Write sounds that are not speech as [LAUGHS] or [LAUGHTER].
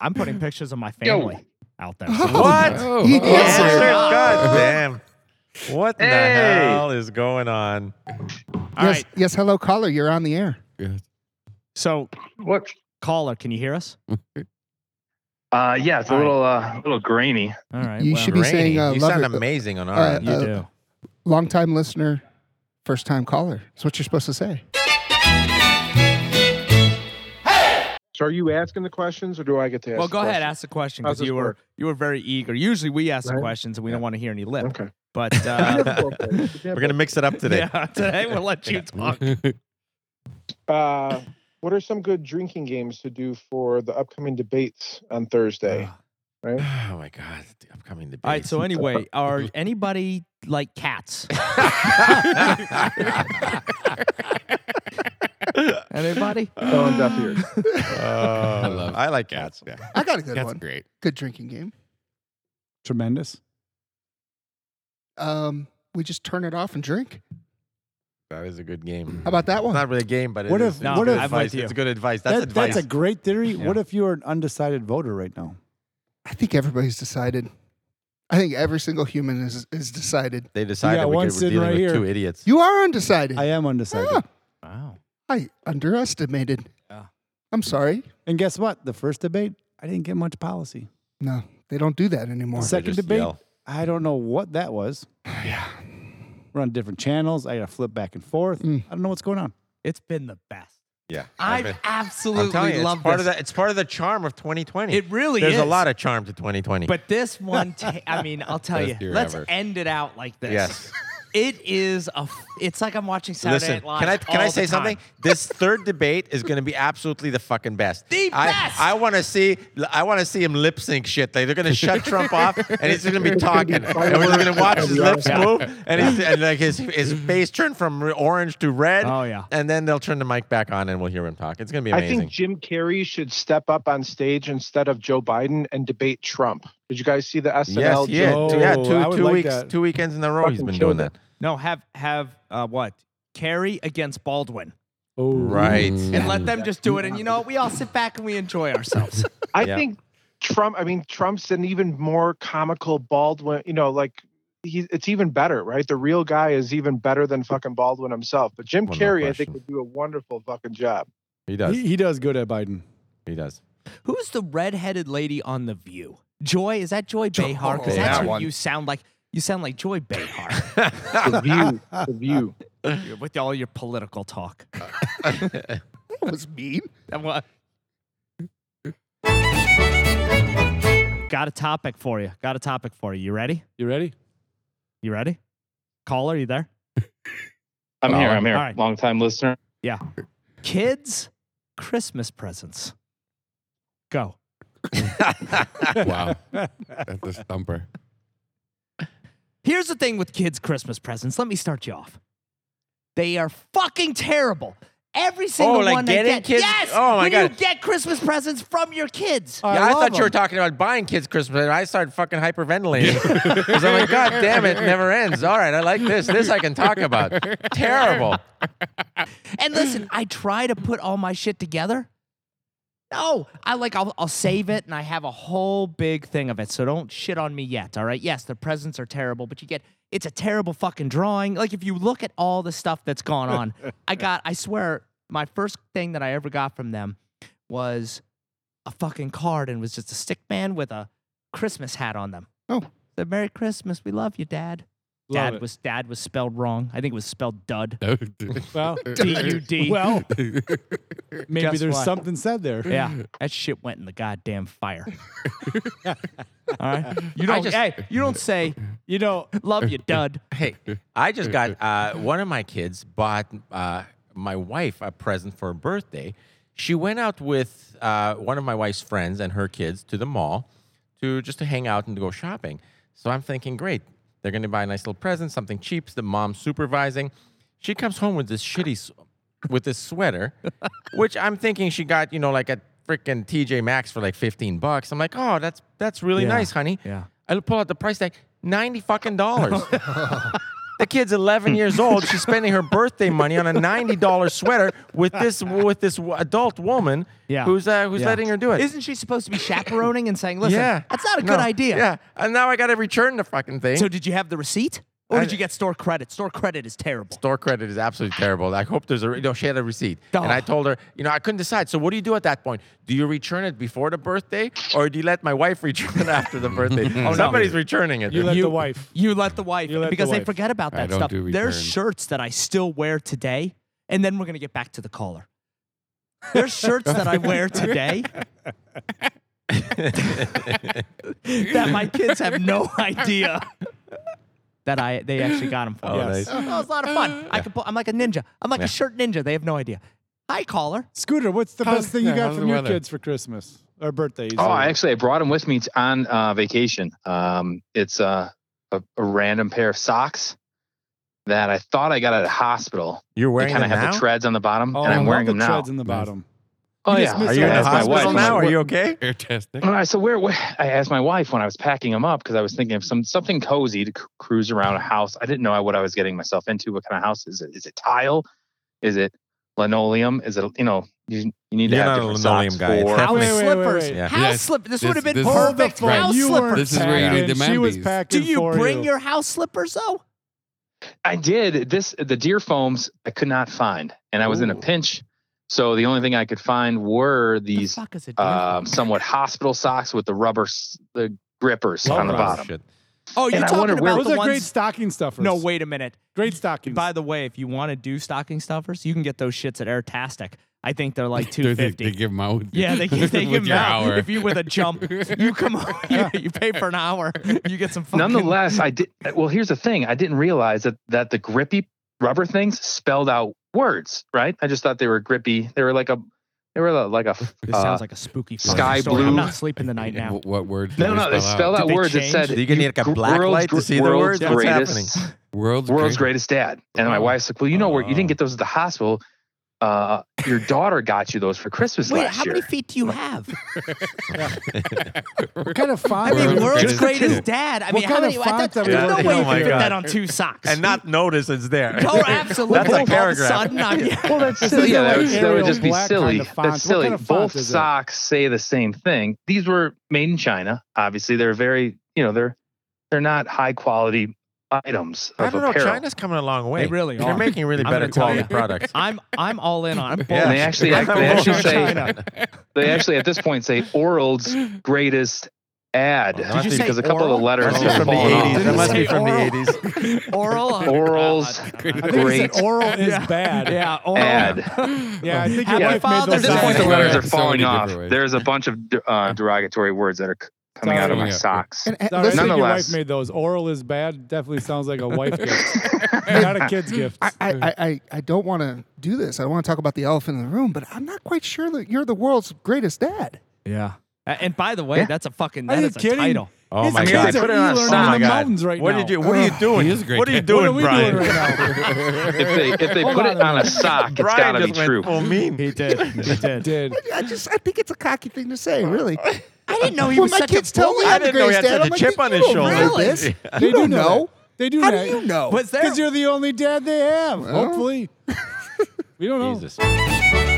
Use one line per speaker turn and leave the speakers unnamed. I'm putting pictures of my family out there.
What?
Oh,
He-
oh.
Yes,
Answer.
sir.
[LAUGHS]
God damn. What the
Hey.
hell is going on?
All
yes,
right.
yes. Hello, caller. You're on the air.
Yes.
So,
What?
caller, can you hear us?
Uh, yeah, it's a
All right.
little, uh, little grainy.
All right.
You
well,
should be saying,
Grainy.
uh,
you
love
sound
it, uh,
amazing on our
uh,
end.
You
uh,
do.
Long time listener, first time caller. That's what you're supposed to say.
So are you asking the questions or do I get to ask?
Well,
the
go ahead,
questions?
ask the question
How's
because
this
you were
work?
you were very eager. Usually we ask the
Right?
questions and we don't
Yeah.
want to hear any lip.
Okay.
But uh,
[LAUGHS] We're going to mix it up
[LAUGHS]
today.
yeah, today we'll let you talk.
Uh, what are some good drinking games to do for the upcoming debates on Thursday? Right?
Oh my god, the upcoming debate.
All right. So
[LAUGHS]
anyway, [LAUGHS] are anybody like cats? Anybody?
Going deaf ears.
I
love-
Oh, I like cats. Yeah.
I got a good
That's
one.
great.
Good drinking game.
Tremendous.
Um, we just turn it off and drink.
That is a good game.
How about that
It's
one?
not really a game, but
What
it
if-
is.
No,
good
what if- I'm
advice.
with you.
It's good advice. That's
That-
advice.
That's a great theory. What if you're an undecided voter right now?
I think everybody's decided. I think every single human is is decided.
they decided we
one
could, we're
sitting
dealing
right
with
here.
two idiots.
You are undecided.
I am undecided.
Ah,
Wow.
I underestimated.
Yeah.
I'm sorry.
And guess what? The first debate, I didn't get much policy.
No, they don't do that anymore.
The
They
second
just
debate,
yell.
I don't know what that was.
yeah.
We're on different channels. I got to flip back and forth.
Mm.
I don't know what's going on.
It's been the best.
Yeah.
I
I'm telling
absolutely
you,
love
it's part
this.
of the it's part of the charm of 2020.
It really
There's
is.
a lot of charm to 2020.
[LAUGHS] But this one, ta- I mean, I'll tell
Best
you.
year
Let's
ever.
end it out like this.
yes.
[LAUGHS] It is a. F- it's like I'm watching Saturday
Listen,
Night Live.
can I can
all
I
the
say
time.
something? This third debate is going to be absolutely the fucking best.
The
I,
best!
I want to see I want to see him lip sync shit. Like they're going to
[LAUGHS]
shut Trump off, and he's going to be
It's gonna be
talking, and we're just going
fireworks.
to watch his
Yeah.
lips move, and, his, and like his his face turn from re- orange to red.
Oh, yeah.
and then they'll turn the mic back on, and we'll hear him talk. It's going to be
I
amazing.
think Jim Carrey should step up on stage instead of Joe Biden and debate Trump. Did you guys see the
Yes,
SNL?
yeah,
Joe-
yeah,
Oh,
two
I would
two
like
weeks,
that.
two weekends in a row. He's
Fucking
been doing
killed
that.
No, have have uh, what? Carry against Baldwin,
Oh,
Right.
and let them just do it. And you know, what? we all sit back and we
[LAUGHS]
enjoy ourselves.
I
Yeah.
think Trump. I mean, Trump's an even more comical Baldwin. You know, like he's it's even better, right? The real guy is even better than fucking Baldwin himself. But Jim
Well, no
Carrey, I
question.
think, would do a wonderful
[LAUGHS]
fucking job.
He does.
He, he does good at Biden.
He does.
Who's the redheaded lady on The View? Joy? Is that Joy Behar? Because
Oh,
that's
that
who
one.
you sound like. You sound like Joy
[LAUGHS]
Behar
[LAUGHS] The view, the view.
with all your political talk.
[LAUGHS]
That was mean.
And what- Got a topic for you. Got a topic for you. You ready?
You ready?
You ready? Caller, you there?
I'm here. I'm here.
All right.
Long time listener.
Kids, Christmas presents. Go.
Wow. That's a stumper.
Here's the thing with kids' Christmas presents. Let me start you off. They are fucking terrible. Every single
Oh, like
one they
getting
get.
kids-
Yes.
oh my
when
God.
you get Christmas presents from your kids.
Yeah, I,
love
thought you were
him.
talking about buying kids Christmas. And I started fucking
[LAUGHS]
hyperventilating [LAUGHS] because I'm like, God damn it, it never ends. All right, I like this. This I can talk about. Terrible.
And listen, I try to put all my shit together. No, I like I'll, I'll save it and I have a whole big thing of it. So don't shit on me yet. All right. Yes, the presents are terrible, but you get it's a terrible fucking drawing. Like if you look at all the stuff that's gone on, I got I swear my first thing that I ever got from them was a fucking card and was just a stick man with a Christmas hat on them.
Oh.
Said Merry Christmas, we love you, Dad.
Love
dad
it.
was dad was spelled wrong. I think it was spelled dud. [LAUGHS]
Well,
D U D. [LAUGHS]
well maybe
Guess
there's
what? [LAUGHS] Mm.
something said there.
Yeah, that shit went in the goddamn fire. [LAUGHS] All right, you don't.
just-
hey, you don't say.
You know,
Love you, dud.
Hey,
[LAUGHS]
I just got uh, one of my kids bought uh, my wife a present for her birthday. She went out with uh, one of my wife's friends and her kids to the mall to just to hang out and to go shopping. So I'm thinking, great, they're going to buy a nice little present, something cheap. The mom's supervising. She comes home with this shitty, s- with this
[LAUGHS]
sweater, which I'm thinking she got, you know, like a freaking TJ Maxx for like 15 bucks. I'm like, oh, that's that's really
Yeah.
nice, honey.
Yeah. [LAUGHS]
I pull out the price tag, ninety fucking dollars. The kid's 11 years old. She's spending her birthday money on a $90 sweater with this with this w- adult woman
Yeah.
who's uh, who's
Yeah.
letting her do it.
Isn't she supposed to be chaperoning and saying, "Listen,
yeah,
that's not a
No.
good idea"?
Yeah, and now I got to return the fucking thing.
So, did you have the receipt, or
I-
did you get store credit? Store credit is terrible.
Store credit is absolutely terrible. I hope there's a re- no. She had a receipt, and I
Oh.
told her, you know, I couldn't decide. So what do you do at that point? Do you return it before the birthday, or do you let my wife return it after the
[LAUGHS]
birthday? oh, somebody's returning it.
You let the wife.
You let the wife
You let the
because they
wife.
forget about
I
that
don't
stuff.
do
There's
returns.
shirts that I still wear today, and then we're gonna get back to the caller. There's shirts that I wear today that my kids have no idea that I they actually got them for.
Oh,
me.
nice.
That was a lot of fun. I could pull, I'm like a ninja. I'm like
Yeah.
a shirt ninja. They have no idea. Hi, caller.
Scooter, what's the
How's-
best thing you
yeah,
got
how's
from
the
your
weather?
kids for Christmas or birthdays?
Oh,
or-
I actually I brought him with me t- on uh, vacation. Um, it's uh, a, a random pair of socks that I thought I got at a hospital.
You're
They
wearing
kind
them
of have
now?
the treads on the bottom,
Oh,
and
I
I'm
love
wearing
the
them now.
treads in the
Nice.
bottom.
oh
You
yeah,
just missed
Are you in
Yeah,
the
asked my
hospital
wife.
hospital
I'm like,
now? Are
"What-
you okay?
[LAUGHS] Air testing.
And I said, where, where? I asked my wife when I was packing them up because I was thinking of some something cozy to cru- cruise around a house. I didn't know what I was getting myself into. What kind of house is it? Is it tile? Is it linoleum? Is it you know you, you need to
You're
have
not a
different
linoleum
socks
guy. It's
for-
half-
House
Wait, wait, wait,
slippers.
wait.
Yeah.
House
Yes.
slip. This,
This-
would have been
this-
perfect for
Right.
house
You weren't
slippers.
This is where you
packing,
demand
She was
these.
packing
Do you
for
bring
you.
your house slippers though?
I did this. The deer foams I could not find, and I was in a
Ooh.
pinch. So the only thing I could find were
The
these
fuck is it?
um, somewhat hospital socks with the rubber s- the grippers
Love
on the
rubber.
bottom.
Shit.
oh, you're
and I
talking
wonder where-
about
Those
the
are great
ones.
stocking stuffers.
No, wait a minute.
Great stockings.
By the way, if you want to do stocking stuffers, you can get those shits at Airtastic. I think they're like
[LAUGHS] They-
two
they, they
fifty.
give them out.
[LAUGHS] Yeah,
[LAUGHS]
they give, they
with
give them
your
out.
hour.
If you with a
[LAUGHS]
jump, you come on, [LAUGHS] you, you pay for an hour, you get some fucking.
Nonetheless, I did. Well, here's the thing: I didn't realize that that the grippy rubber things spelled out words, right? I just thought they were grippy. They were like a, they were like a.
[LAUGHS] This
uh,
sounds like a spooky fucking
sky
story. I'm
blue.
not sleeping the
[LAUGHS]
night
Yeah,
now.
wh- What word? did
no, no, they spelled out
Did they
words that
change?
said
Do you need like a black
world's
light to
gr-
see the
world's
words? What's happening?
greatest,
World's,
world's greatest dad. And my
Wow.
wife's like, "Well, you know where you didn't get those at the hospital. Uh, your daughter got you those for Christmas
Wait,
last
how
year."
many feet do you have?
[LAUGHS]
what kind of font?
I mean,
World's
world's
greatest
greatest dad. I
What
mean, how
kind of
many? I thought
font are we
there's no
looking
way you
at? Oh my
could fit
God.
that on two socks. [LAUGHS]
And not notice it's there.
Oh, absolutely.
[LAUGHS] That's like
All of a
paragraph.
sudden, I'm- [LAUGHS]
Well, that's
This
silly.
is
Yeah,
like
that, would, that
Arial
would just be
black
silly.
kind of font. What
That's silly.
kind of font
Both
is it?
socks say the same thing. These were made in China. Obviously, they're very, you know, they're they're not high quality items
I
of
don't know.
apparel.
China's coming a long way.
They really
They're
are.
making really
I'm
better
gonna tell
quality
you. [LAUGHS]
products.
I'm I'm all in
[LAUGHS]
on. I'm
And
Yeah.
they
bullish.
actually,
I'm
they actually
bullish.
say they actually at this point say Orald's greatest ad
Well, not
Did you
because
say
a couple of
oral?
the letters
Must be
have
from the
fallen off.
80s. That must be from the
Oral.
80s.
Oral.
Orals.
I think he said
Great.
oral is
Yeah.
bad.
Yeah, oral.
Ad.
Yeah, I think
Happy
your wife made
Father's
those
At this
Day.
point, the
eyes.
letters are
So
falling
many
off.
different ways.
There's a bunch of uh, derogatory words that are c- coming out of my
Sorry.
socks.
And, and
Sorry, I
listen,
think your wife
Nonetheless.
made those. Oral is bad. Definitely sounds like a
[LAUGHS]
wife gift, not a kid's gift.
I, I, I- I, I don't want to do this. I want to talk about the elephant in the room, but I'm not quite sure that you're the world's greatest dad.
Yeah. A- [LAUGHS] And by the way, that's a fucking
Are
that
you
is a
kidding?
title.
Oh
His
my
kids
God.
are
Put it on a song.
e-learning in the
Oh my God.
mountains right
what
now.
Did you, what are you doing?
He is a great
what are you
dad.
doing,
what are we
Brian?
[LAUGHS]
doing right now?
If they if they
Hold
put
on
it
a
on a
minute.
sock, it's
Brian
got to be
just went
true.
full mean.
He did. He did.
Did
I just I think it's a cocky thing to say, really.
[LAUGHS] I didn't know he
When
was
my
such
kids
a
tell me
bully.
I
I'm the
didn't know he
greatest
had such
dad,
a
I'm like,
chip on
you
his
don't
shoulder.
know
[LAUGHS]
this.
Yeah.
they
You
do
don't
know?
know.
that. They do.
How
know.
do you know?
Was there [LAUGHS]
Because you're the only dad they have. Hopefully, we don't know.
Jesus.